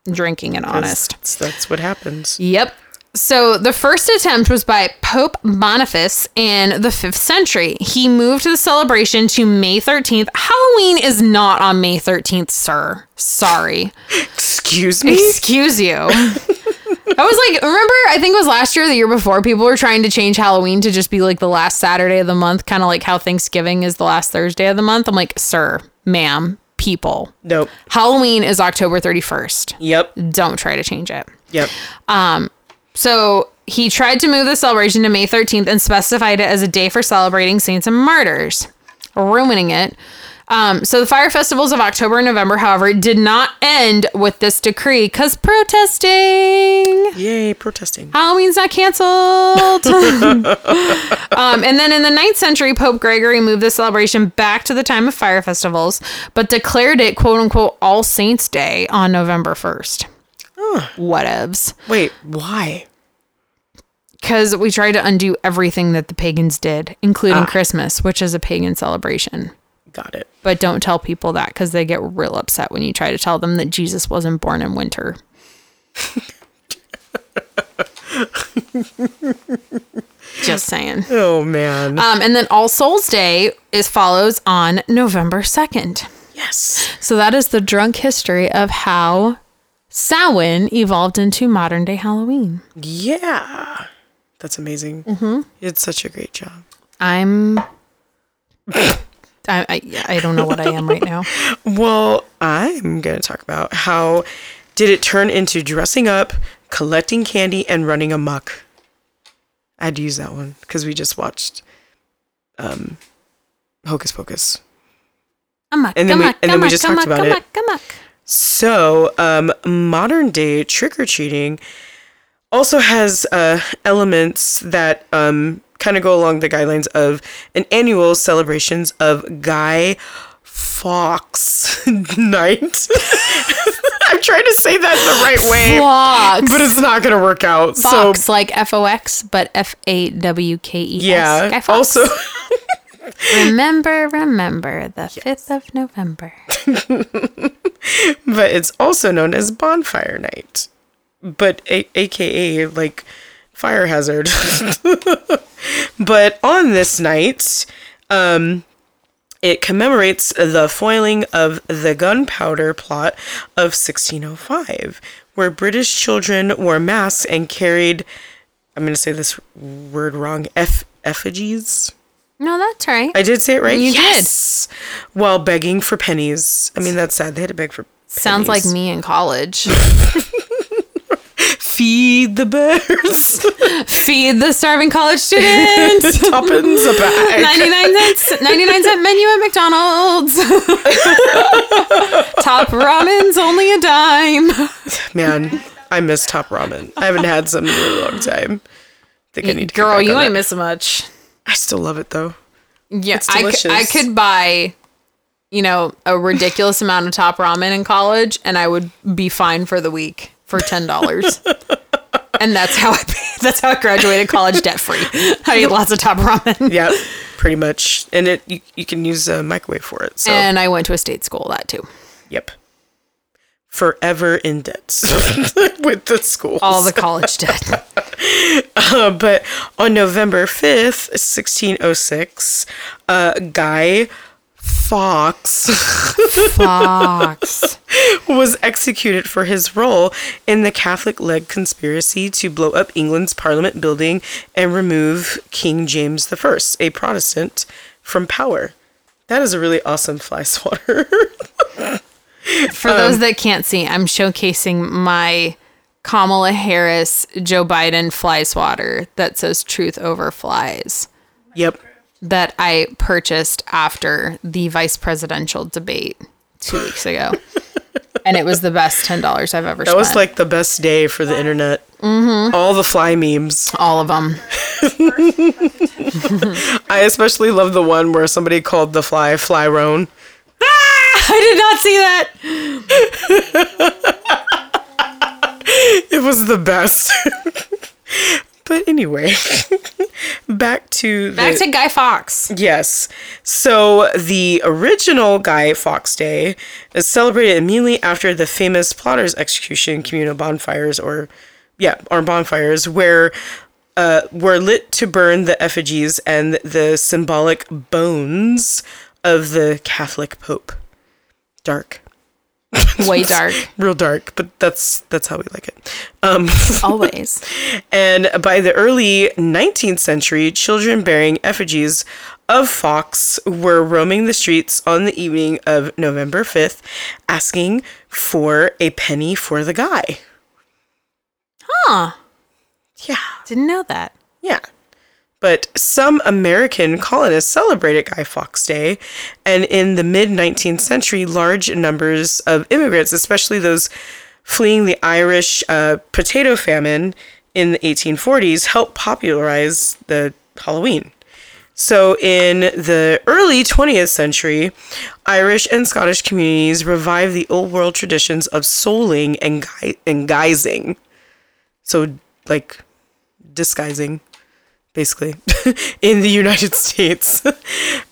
B: drinking and honest.
A: That's, that's what happens.
B: Yep. So the first attempt was by Pope Boniface in the 5th century. He moved the celebration to May 13th. Halloween is not on May 13th, sir. Sorry.
A: Excuse me.
B: Excuse you. I was like, remember, I think it was last year, or the year before, people were trying to change Halloween to just be like the last Saturday of the month, kind of like how Thanksgiving is the last Thursday of the month. I'm like, sir, ma'am, people.
A: Nope.
B: Halloween is October 31st.
A: Yep.
B: Don't try to change it.
A: Yep.
B: So he tried to move the celebration to May 13th and specified it as a day for celebrating saints and martyrs, ruining it. Um, so the fire festivals of October and November, however, did not end with this decree because protesting.
A: Yay, protesting.
B: Halloween's not canceled. um, and then in the 9th century, Pope Gregory moved the celebration back to the time of fire festivals, but declared it quote unquote All Saints Day on November 1st. Whatevs
A: Wait, why?
B: because we tried to undo everything that the pagans did, including Christmas, which is a pagan celebration.
A: Got it.
B: But don't tell people that because they get real upset when you try to tell them that Jesus wasn't born in winter. Just saying.
A: Oh man.
B: Um, and then All Souls Day is follows on November second.
A: yes.
B: So that is the drunk history of how Samhain evolved into modern day Halloween.
A: Yeah. That's amazing.
B: Mm-hmm.
A: It's such a great job.
B: I'm. I, I I don't know what I am right now.
A: Well, I'm going to talk about how did it turn into dressing up, collecting candy, and running amok. I had to use that one because we just watched um, Hocus Pocus.
B: Amok,
A: And then we-
B: amok,
A: and then we
B: amok,
A: just talked
B: amok,
A: about it.
B: amok, amok.
A: So, um, modern day trick or treating also has uh, elements that um, kind of go along the guidelines of an annual celebrations of Guy Fox night. I'm trying to say that the right way,
C: Fox.
A: but it's not going to work out.
C: Fox,
A: So
C: like F O X, but F A W K E S.
A: yeah.
C: Guy Fawkes.
A: Also,
C: remember, remember the 5th of November.
A: but it's also known as bonfire night, but a- AKA like fire hazard. but on this night, um, it commemorates the foiling of the gunpowder plot of 1605, where British children wore masks and carried, I'm going to say this word wrong, eff- effigies.
C: No, that's right.
A: I did say it right.
C: You did.
A: did. While begging for pennies. I mean, that's sad. They had to beg for.
C: Sounds
A: pennies.
C: like me in college.
A: feed the birds.
B: Feed the starving college students.
A: Tuppence a bag.
B: 99 cents 99 cent menu at McDonald's. Top ramen's only a dime.
A: Man, I miss top ramen. I haven't had some in a long time. Think I need to get
B: Girl,
A: back
B: you
A: on
B: ain't
A: that.
B: missing much.
A: I still love it though.
B: Yeah,
A: It's
B: I, c- I
A: delicious.
B: could buy, you know, a ridiculous amount of top ramen in college, and I would be fine for the week for ten dollars. and that's how I that's how I graduated college debt free. I ate lots of top ramen,
A: Yeah, pretty much. And it you, you can use a microwave for it. So
B: and I went to a state school that too.
A: yep. Forever in debt with the schools.
B: All the college debt.
A: Uh, but on November 5th, 1606, uh, Guy Fox
B: Fox.
A: was executed for his role in the Catholic led conspiracy to blow up England's Parliament building and remove King James I, a Protestant, from power. That is a really awesome fly swatter.
B: For those that can't see, I'm showcasing my Kamala Harris Joe Biden fly swatter that says "Truth over flies."
A: yep.
B: that I purchased after the vice presidential debate two weeks ago. and it was the best ten dollars I've ever
A: That
B: spent.
A: was like the best day for the internet. All the fly memes.
B: all of them.
A: I especially love the one where somebody called the fly Fly Roan.
B: I did not see that.
A: It was the best. but anyway, back to
B: Back
A: the-
B: to Guy Fox.
A: Yes. So the original Guy Fawkes Day is celebrated immediately after the famous plotters execution, communal bonfires, or yeah, or bonfires, where uh, were lit to burn the effigies and the symbolic bones of the Catholic Pope. Dark,
B: Way dark.
A: real dark, but that's that's how we like it. Um,
C: Always.
A: and by the early 19th century, children bearing effigies of Fox were roaming the streets on the evening of November 5th, asking for a penny for the guy.
B: Huh.
A: Yeah.
B: Didn't know that.
A: Yeah. But some American colonists celebrated Guy Fawkes Day, and in the mid 19th century, large numbers of immigrants, especially those fleeing the Irish uh, potato famine in the 1840s, helped popularize the Halloween. So, in the early 20th century, Irish and Scottish communities revived the old world traditions of souling and, gui- and guising. So, like, disguising basically in the United States.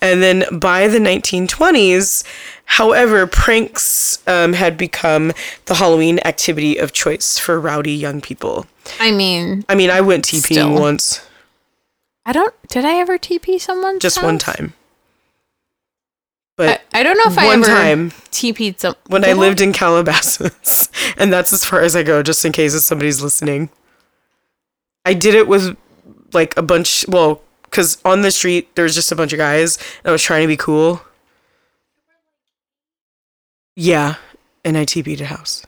A: and then by the 1920s, however, pranks um, had become the Halloween activity of choice for rowdy young people.
B: I mean,
A: I mean, I went TPing
B: Still.
A: once,
C: I don't. Did I ever TP someone?
A: just one time.
B: I,
A: But
B: I don't know if I
A: One
B: ever
A: time,
B: TP'd some
A: when I
B: Did
A: lived in Calabasas, and that's as far as I go, just in case if somebody's listening. I did it with like a bunch, well, because on the street there was just a bunch of guys, and I was trying to be cool. Yeah, and I TP'd a house.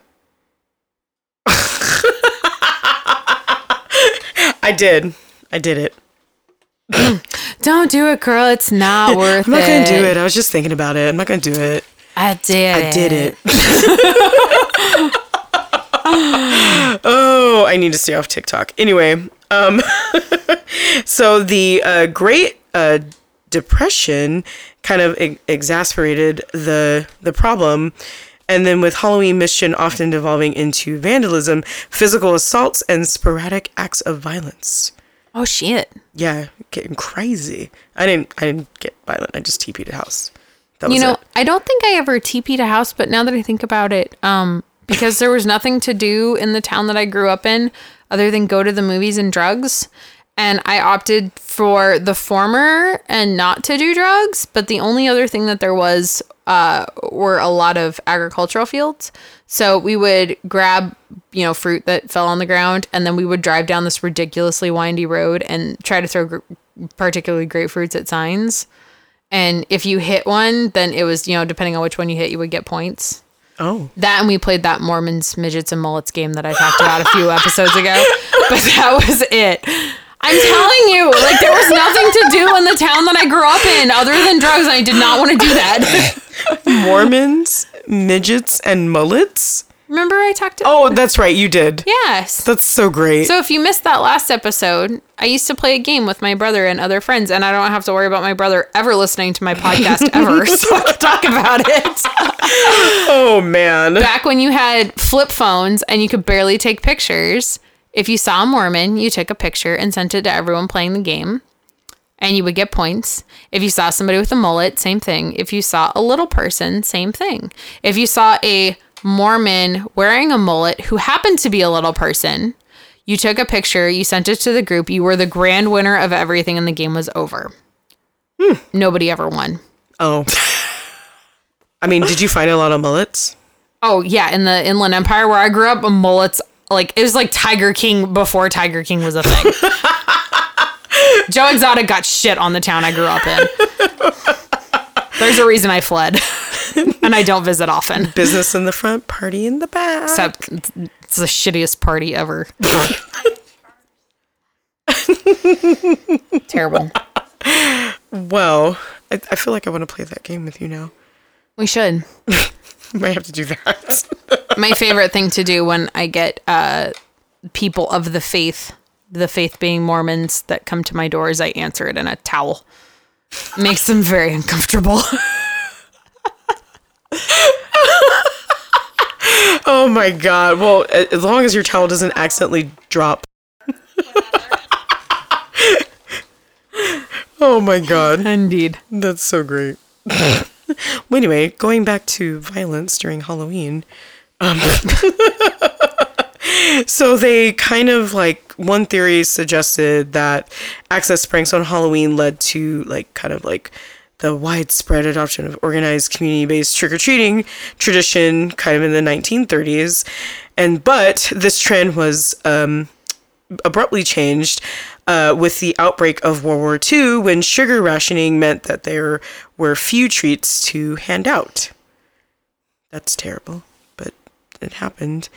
A: I did. I did it.
B: Don't do it, girl. It's not worth
A: I'm not
B: it.
A: gonna do it. I was just thinking about it. I'm not gonna do it.
B: I did.
A: I did it. oh, I need to stay off TikTok. Anyway, So the uh, Great uh, Depression kind of e- exasperated the the problem, and then with Halloween mission often devolving into vandalism, physical assaults, and sporadic acts of violence.
B: Oh shit.
A: Yeah, getting crazy. I didn't. I didn't get violent. I just TP'd a house. That was
B: You know,
A: it.
B: I don't think I ever TP'd a house, but now that I think about it, um, because there was nothing to do in the town that I grew up in other than go to the movies and drugs. And I opted for the former and not to do drugs. But the only other thing that there was uh, were a lot of agricultural fields. So we would grab, you know, fruit that fell on the ground, and then we would drive down this ridiculously windy road and try to throw gr- particularly grapefruits at signs. And if you hit one, then it was, you know, depending on which one you hit, you would get points.
A: Oh,
B: That and we played that Mormons, Midgets, and Mullets game that I talked about a few episodes ago. But that was it. I'm telling you, like, there was nothing to do in the town that I grew up in other than drugs, and I did not want to do that.
A: Mormons, midgets, and mullets.
B: Remember I talked about
A: Oh, that's right. You did.
B: Yes.
A: That's so great.
B: So if you missed that last episode, I used to play a game with my brother and other friends, and I don't have to worry about my brother ever listening to my podcast ever, so I can talk about it.
A: oh man.
B: back when you had flip phones and you could barely take pictures, if you saw a Mormon, you took a picture and sent it to everyone playing the game, and you would get points. If you saw somebody with a mullet, same thing. If you saw a little person, same thing. If you saw a Mormon wearing a mullet who happened to be a little person, you took a picture, you sent it to the group, you were the grand winner of everything, and the game was over. Nobody ever won.
A: Oh. I mean, did you find a lot of mullets?
B: Oh yeah, in the Inland Empire where I grew up, mullets like it was like Tiger King before Tiger King was a thing. Joe Exotic got shit on the town I grew up in. There's a reason I fled, and I don't visit often.
A: Business in the front, party in the back.
B: Except it's the shittiest party ever. Terrible.
A: well, I, I feel like I want to play that game with you now.
B: We should.
A: Might have to do that.
B: my favorite thing to do when I get uh, people of the faith, the faith being Mormons, that come to my door is I answer it in a towel. Makes them very uncomfortable.
A: oh my god. Well, a- as long as your towel doesn't accidentally drop. oh my god.
B: Indeed.
A: That's so great. well, anyway, going back to violence during Halloween. Um, so they kind of like one theory suggested that access pranks on Halloween led to like kind of like the widespread adoption of organized community-based trick-or-treating tradition kind of in the 1930s and but this trend was um, abruptly changed uh, with the outbreak of World War II when sugar rationing meant that there were few treats to hand out. That's terrible, but it happened.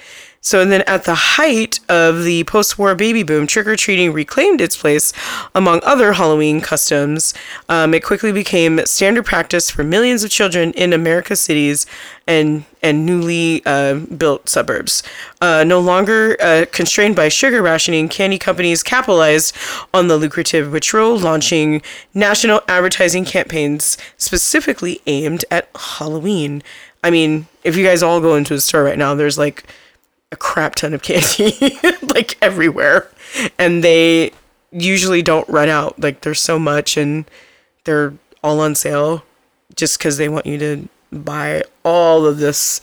A: So, and then at the height of the post war baby boom, trick or treating reclaimed its place among other Halloween customs. Um, it quickly became standard practice for millions of children in America's cities and, and newly uh, built suburbs. Uh, no longer uh, constrained by sugar rationing, candy companies capitalized on the lucrative ritual, launching national advertising campaigns specifically aimed at Halloween. I mean, if you guys all go into a store right now, there's like a crap ton of candy like everywhere and they usually don't run out like there's so much and they're all on sale just because they want you to buy all of this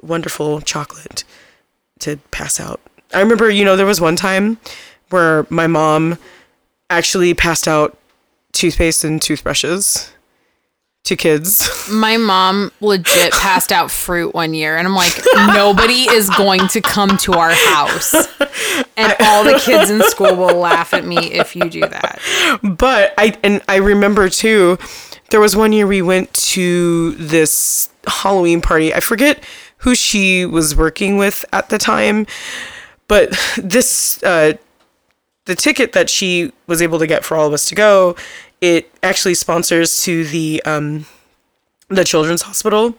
A: wonderful chocolate to pass out i remember you know there was one time where my mom actually passed out toothpaste and toothbrushes to kids
B: My mom legit passed out fruit one year, and I'm like, nobody is going to come to our house. And all the kids in school will laugh at me if you do that.
A: But I and I remember too, there was one year we went to this Halloween party. I forget who she was working with at the time, but this uh, the ticket that she was able to get for all of us to go, it actually sponsors to the um, the children's hospital.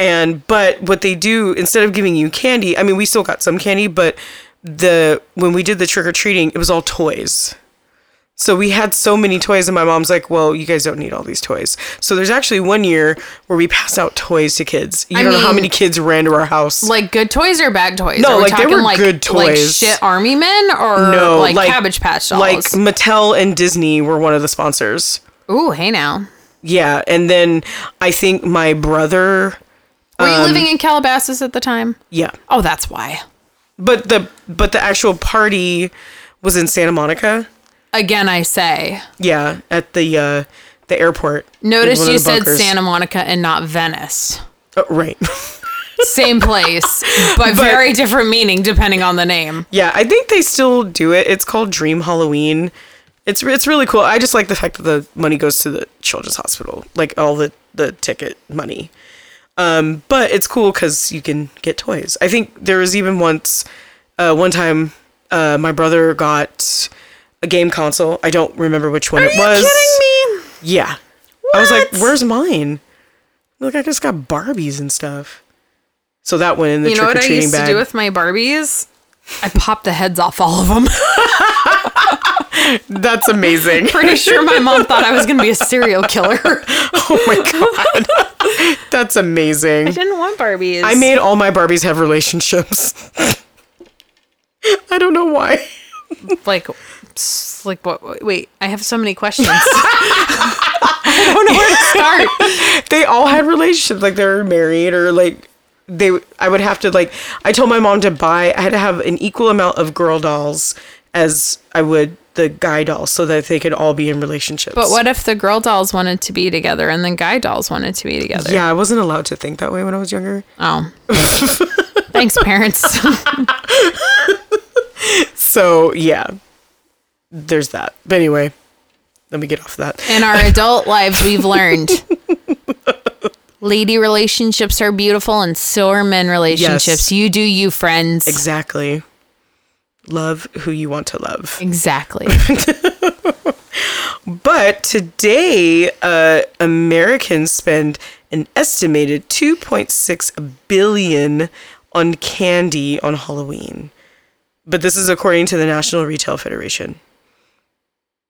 A: And but what they do instead of giving you candy, I mean we still got some candy, but the when we did the trick or treating, it was all toys. So we had so many toys, and my mom's like, "Well, you guys don't need all these toys." So there's actually one year where we passed out toys to kids. You
B: I
A: don't know how
B: mean-
A: many kids ran to our house.
B: Like good toys or bad toys?
A: No,
B: Are we
A: like, they
B: talking
A: were good
B: Like
A: toys.
B: shit army men or like, cabbage patch dolls.
A: Like Mattel and Disney were one of the sponsors.
B: Ooh, hey now.
A: Yeah, and then I think my brother.
B: Were you living in Calabasas at the time?
A: Yeah,
B: Um, Oh, that's why.
A: but the but the actual party was in Santa Monica.
B: Again, I say.
A: Yeah, at the uh, the airport.
B: Notice
A: One of
B: you
A: the
B: said
A: bunkers.
B: Santa Monica and not Venice.
A: Oh, right.
B: Same place, but, very different meaning depending on the name.
A: yeah, I think they still do it. It's called Dream Halloween. It's it's really cool. I just like the fact that the money goes to the children's hospital, like all the the ticket money. Um, but it's cool because you can get toys. I think there was even once, uh, one time, uh, my brother got a game console. I don't remember which one it was.
B: kidding me?
A: Yeah. I was like, where's mine? Look, I just got Barbies and stuff. So that went in the
B: You know
A: trick
B: what
A: or
B: I
A: treating
B: used
A: bag.
B: to do with my Barbies? I popped the heads off all of them.
A: That's amazing.
B: Pretty sure my mom thought I was going to be a serial killer. I
A: oh my god. That's amazing.
B: didn't want Barbies.
A: I made all my Barbies have relationships. I don't know why.
B: like s- like what what- wait i have so many questions i don't know where to start
A: They all had relationships like they were married or like they I would have to like I told my mom to buy I had to have an equal amount of girl dolls as I would the guy dolls so that they could all be in relationships.
B: but what if the girl dolls wanted to be together and the guy dolls wanted to be together
A: Yeah, I wasn't allowed to think that way when I was younger.
B: oh thanks parents
A: So, yeah. There's that. But anyway, let me get off that.
B: in our adult lives we've learned lady relationships are beautiful and so are men relationships
A: Yes.
B: you do you friends
A: Exactly. Love who you want to love.
B: exactly
A: But today, uh, Americans spend an estimated 2.6 billion on candy on Halloween. But this is according to the National Retail Federation.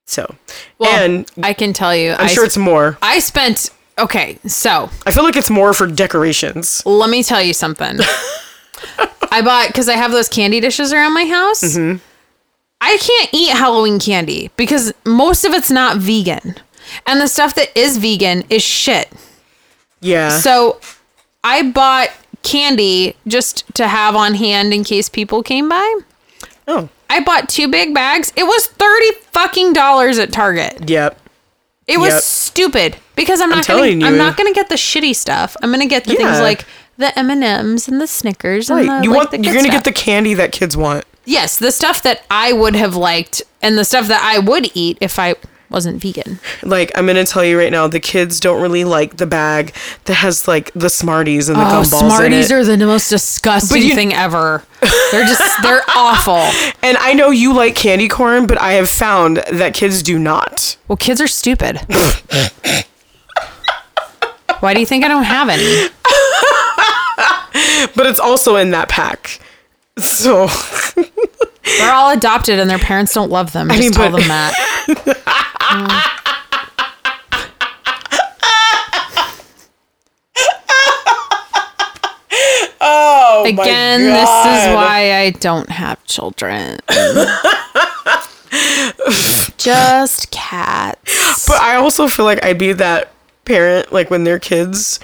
A: So,
B: well
A: and
B: i can tell you
A: I'm
B: I
A: sure
B: sp-
A: it's more.
B: i spent okay so
A: I feel like it's more for decorations.
B: Let me tell you something. I bought because I have those candy dishes around my house. I can't eat Halloween candy because most of it's not vegan, and the stuff that is vegan is shit.
A: Yeah.
B: So I bought candy just to have on hand in case people came by.
A: oh,
B: I bought two big bags. It was thirty fucking dollars at Target.
A: yep.
B: It was
A: Yep.
B: stupid because I'm not
A: telling
B: gonna, I'm
A: you.
B: not gonna get the shitty stuff. I'm gonna get the things
A: Yeah.
B: like the M and M's and the Snickers.
A: Right.
B: And the,
A: you
B: like,
A: want
B: the
A: you're
B: good
A: gonna
B: stuff.
A: get the candy that kids want.
B: yes, the stuff that I would have liked and the stuff that I would eat if I wasn't vegan.
A: Like I'm gonna tell you right now, the kids don't really like the bag that has like the Smarties and the
B: Oh,
A: gumballs
B: Smarties
A: in it.
B: are the most disgusting
A: But you-
B: thing ever. They're just they're awful.
A: and I know you like candy corn, but I have found that kids do not.
B: Well, kids are stupid. Why do you think I don't have any?
A: But it's also in that pack. So
B: They're all adopted and their parents don't love them. Just
A: mean,
B: tell
A: but-
B: them that.
A: oh
B: Again, this is why I don't have children. Just cats.
A: But I also feel like I'd be that parent, like when their kids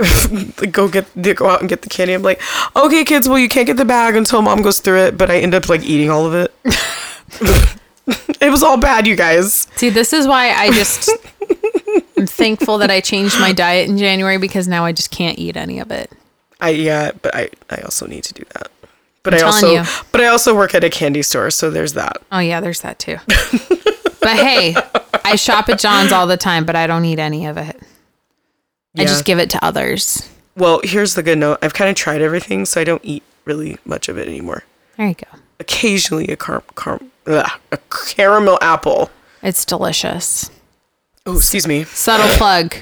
A: like, go get they go out and get the candy. I'm like, okay, kids, well you can't get the bag until mom goes through it, but I end up like eating all of it. it was all bad, you guys.
B: See, this is why I just I'm thankful that I changed my diet in January because now I just can't eat any of it.
A: I yeah, but I I also need to do that. But i
B: telling
A: also
B: you.
A: but I also work at a candy store, so there's that.
B: Oh yeah, there's that too. but hey, I shop at John's all the time, but I don't eat any of it. I
A: Yeah.
B: just give it to others.
A: Well, here's the good note. I've kind of tried everything, so I don't eat really much of it anymore.
B: There you go.
A: Occasionally a car, car ugh, a caramel apple.
B: It's delicious.
A: Oh, excuse me.
B: Subtle plug.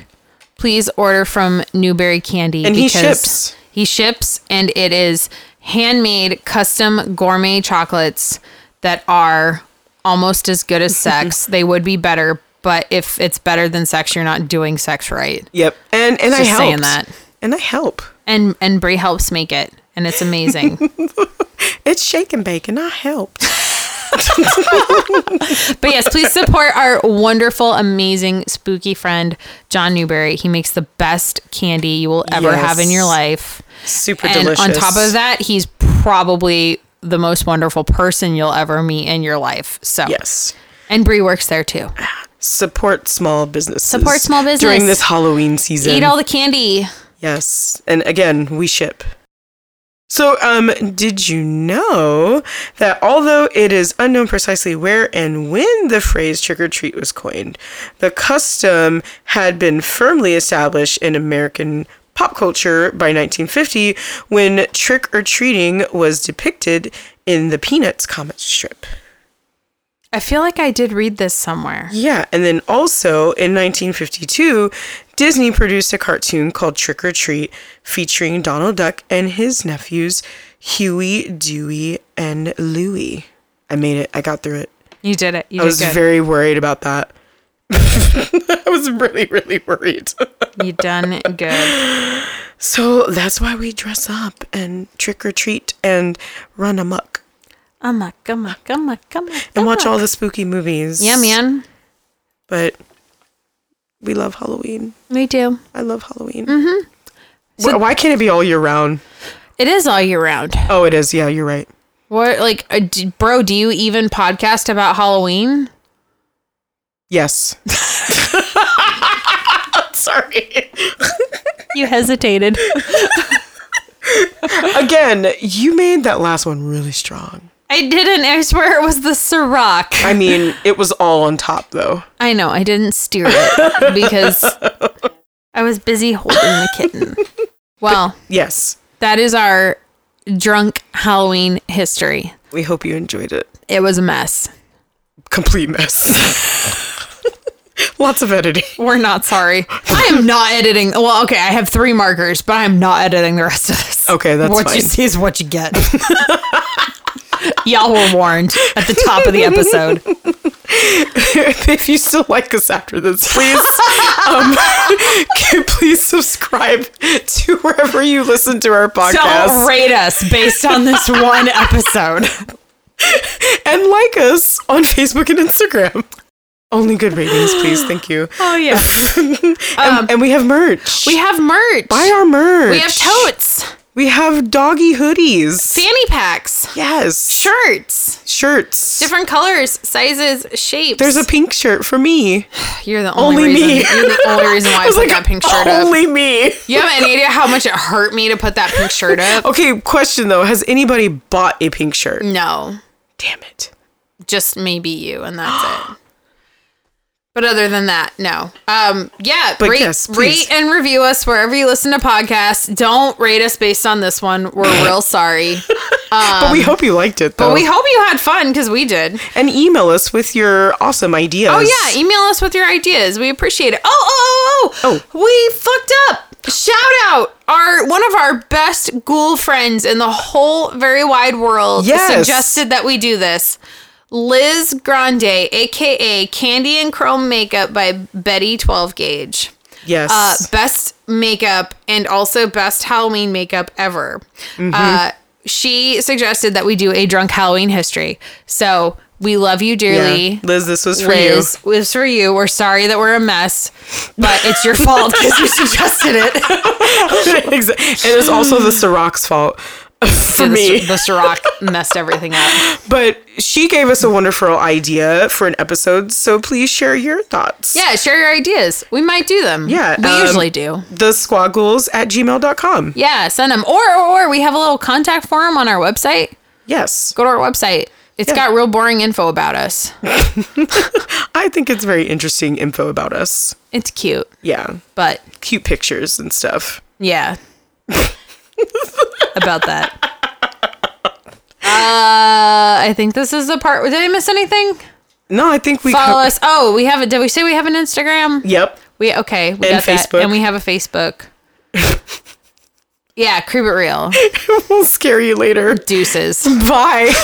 B: Please order from Newberry Candy
A: And he ships.
B: He ships and it is handmade custom gourmet chocolates that are almost as good as sex. they would be better, but if it's better than sex, you're not doing sex right.
A: Yep. And and I
B: Just
A: help.
B: saying that.
A: And I help.
B: And and Brie helps make it, and it's amazing.
A: It's shake and bake, and I helped.
B: but yes, please support our wonderful, amazing, spooky friend John Newberry. He makes the best candy you will ever have in your
A: Yes.
B: life.
A: Super
B: and
A: delicious.
B: on top of that, he's probably the most wonderful person you'll ever meet in your life. So
A: yes.
B: and Brie works there too.
A: Support small businesses.
B: Support small business.
A: during this Halloween season.
B: Eat all the candy.
A: Yes. And again, we ship. So, um, did you know that although it is unknown precisely where and when the phrase trick or treat was coined, the custom had been firmly established in American pop culture by 1950 when trick or treating was depicted in the Peanuts comic strip.
B: I feel like I did read this somewhere.
A: Yeah, and then also in 1952, Disney produced a cartoon called Trick or Treat featuring Donald Duck and his nephews Huey, Dewey, and Louie. I made it. I got through it.
B: You did it. You
A: I
B: did
A: was
B: good.
A: very worried about that. I was really, really worried.
B: you done good.
A: so that's why we dress up and trick or treat and run amok
B: Amok, amok, amok, amok.
A: and watch all the spooky movies.
B: Yeah, man.
A: But we love Halloween.
B: Me too.
A: I love Halloween. Mm-hmm. why, can't it be all year round?
B: It is all year round.
A: Oh, it is. Yeah, you're right.
B: What, like, uh, d- bro? Do you even podcast about Halloween?
A: Yes. Sorry.
B: You hesitated.
A: Again, you made that last one really strong.
B: I didn't. I swear it was the Ciroc.
A: I mean, it was all on top though.
B: I know. I didn't steer it because I was busy holding the kitten. Well,
A: Yes.
B: that is our drunk Halloween history.
A: We hope you enjoyed it.
B: It was a mess.
A: Complete mess. Lots of editing.
B: We're not sorry. I am not editing. Well, okay, I have three markers, but I'm not editing the rest of this.
A: Okay, that's
B: what
A: fine.
B: you see is what you get. Y'all were warned at the top of the episode.
A: if you still like us after this, please, um, can- please subscribe to wherever you listen to our podcast.
B: Don't rate us based on this one episode.
A: and like us on Facebook and Instagram. Only good ratings, please. Thank you.
B: Oh yeah,
A: and, and we have merch.
B: Um, we have merch.
A: buy our merch.
B: we have totes,
A: We have doggy hoodies.
B: fanny packs,
A: Yes.
B: shirts,
A: Shirts.
B: different colors, sizes, shapes.
A: There's a pink shirt for me.
B: you're the
A: Only,
B: only, reason,
A: me.
B: You're the only reason why I,
A: was
B: put
A: like,
B: that pink shirt up.
A: Only me.
B: You have any idea how much it hurt me to put that pink shirt up?
A: Okay, question though. Has anybody bought a pink shirt?
B: Mm. No,
A: Damn it.
B: just maybe you, and that's it. But other than that, no. Um, yeah,
A: But
B: rate,
A: yes, please.
B: rate and review us wherever you listen to podcasts. Don't rate us based on this one. We're real sorry.
A: but we hope you liked it though.
B: Um, But we hope you had fun because we did.
A: and email us with your awesome ideas.
B: Oh yeah, email us with your ideas. We appreciate it. Oh oh oh
A: Oh.
B: we fucked up. Shout out our one of our best ghoul friends in the whole very wide world
A: Yes.
B: suggested that we do this. Liz Grande, aka Candy and Chrome Makeup by Betty 12 Gauge.
A: Yes.
B: Uh, best makeup and also best Halloween makeup ever.
A: Mm-hmm.
B: Uh, she suggested that we do a drunk Halloween history. So we love you dearly.
A: yeah. Liz, this was for you.
B: Liz, was for you. We're sorry that we're a mess, but it's your fault because you suggested it.
A: Exact- and it's also the Ciroc's fault for me.
B: The, the Ciroc messed everything up.
A: But she gave us a wonderful idea for an episode, so please share your thoughts.
B: Yeah, share your ideas. We might do them.
A: Yeah,
B: we
A: um,
B: usually do.
A: The squaggles at gmail.com.
B: Yeah, send them. Or, or or we have a little contact form on our website.
A: Yes.
B: Go to our website. It's
A: Yeah.
B: got real boring info about us.
A: I think it's very interesting info about us.
B: It's cute,
A: Yeah.
B: but
A: Cute pictures and stuff.
B: yeah, about that. Uh, I think this is the part. Did I miss anything?
A: No, I think we co-
B: follow us. Oh, we have a. Did we say we have an Instagram?
A: Yep.
B: We okay. We
A: And
B: got that.
A: Facebook.
B: and we have a Facebook. Yeah, creep it real.
A: we'll scare you later.
B: Deuces.
A: Bye.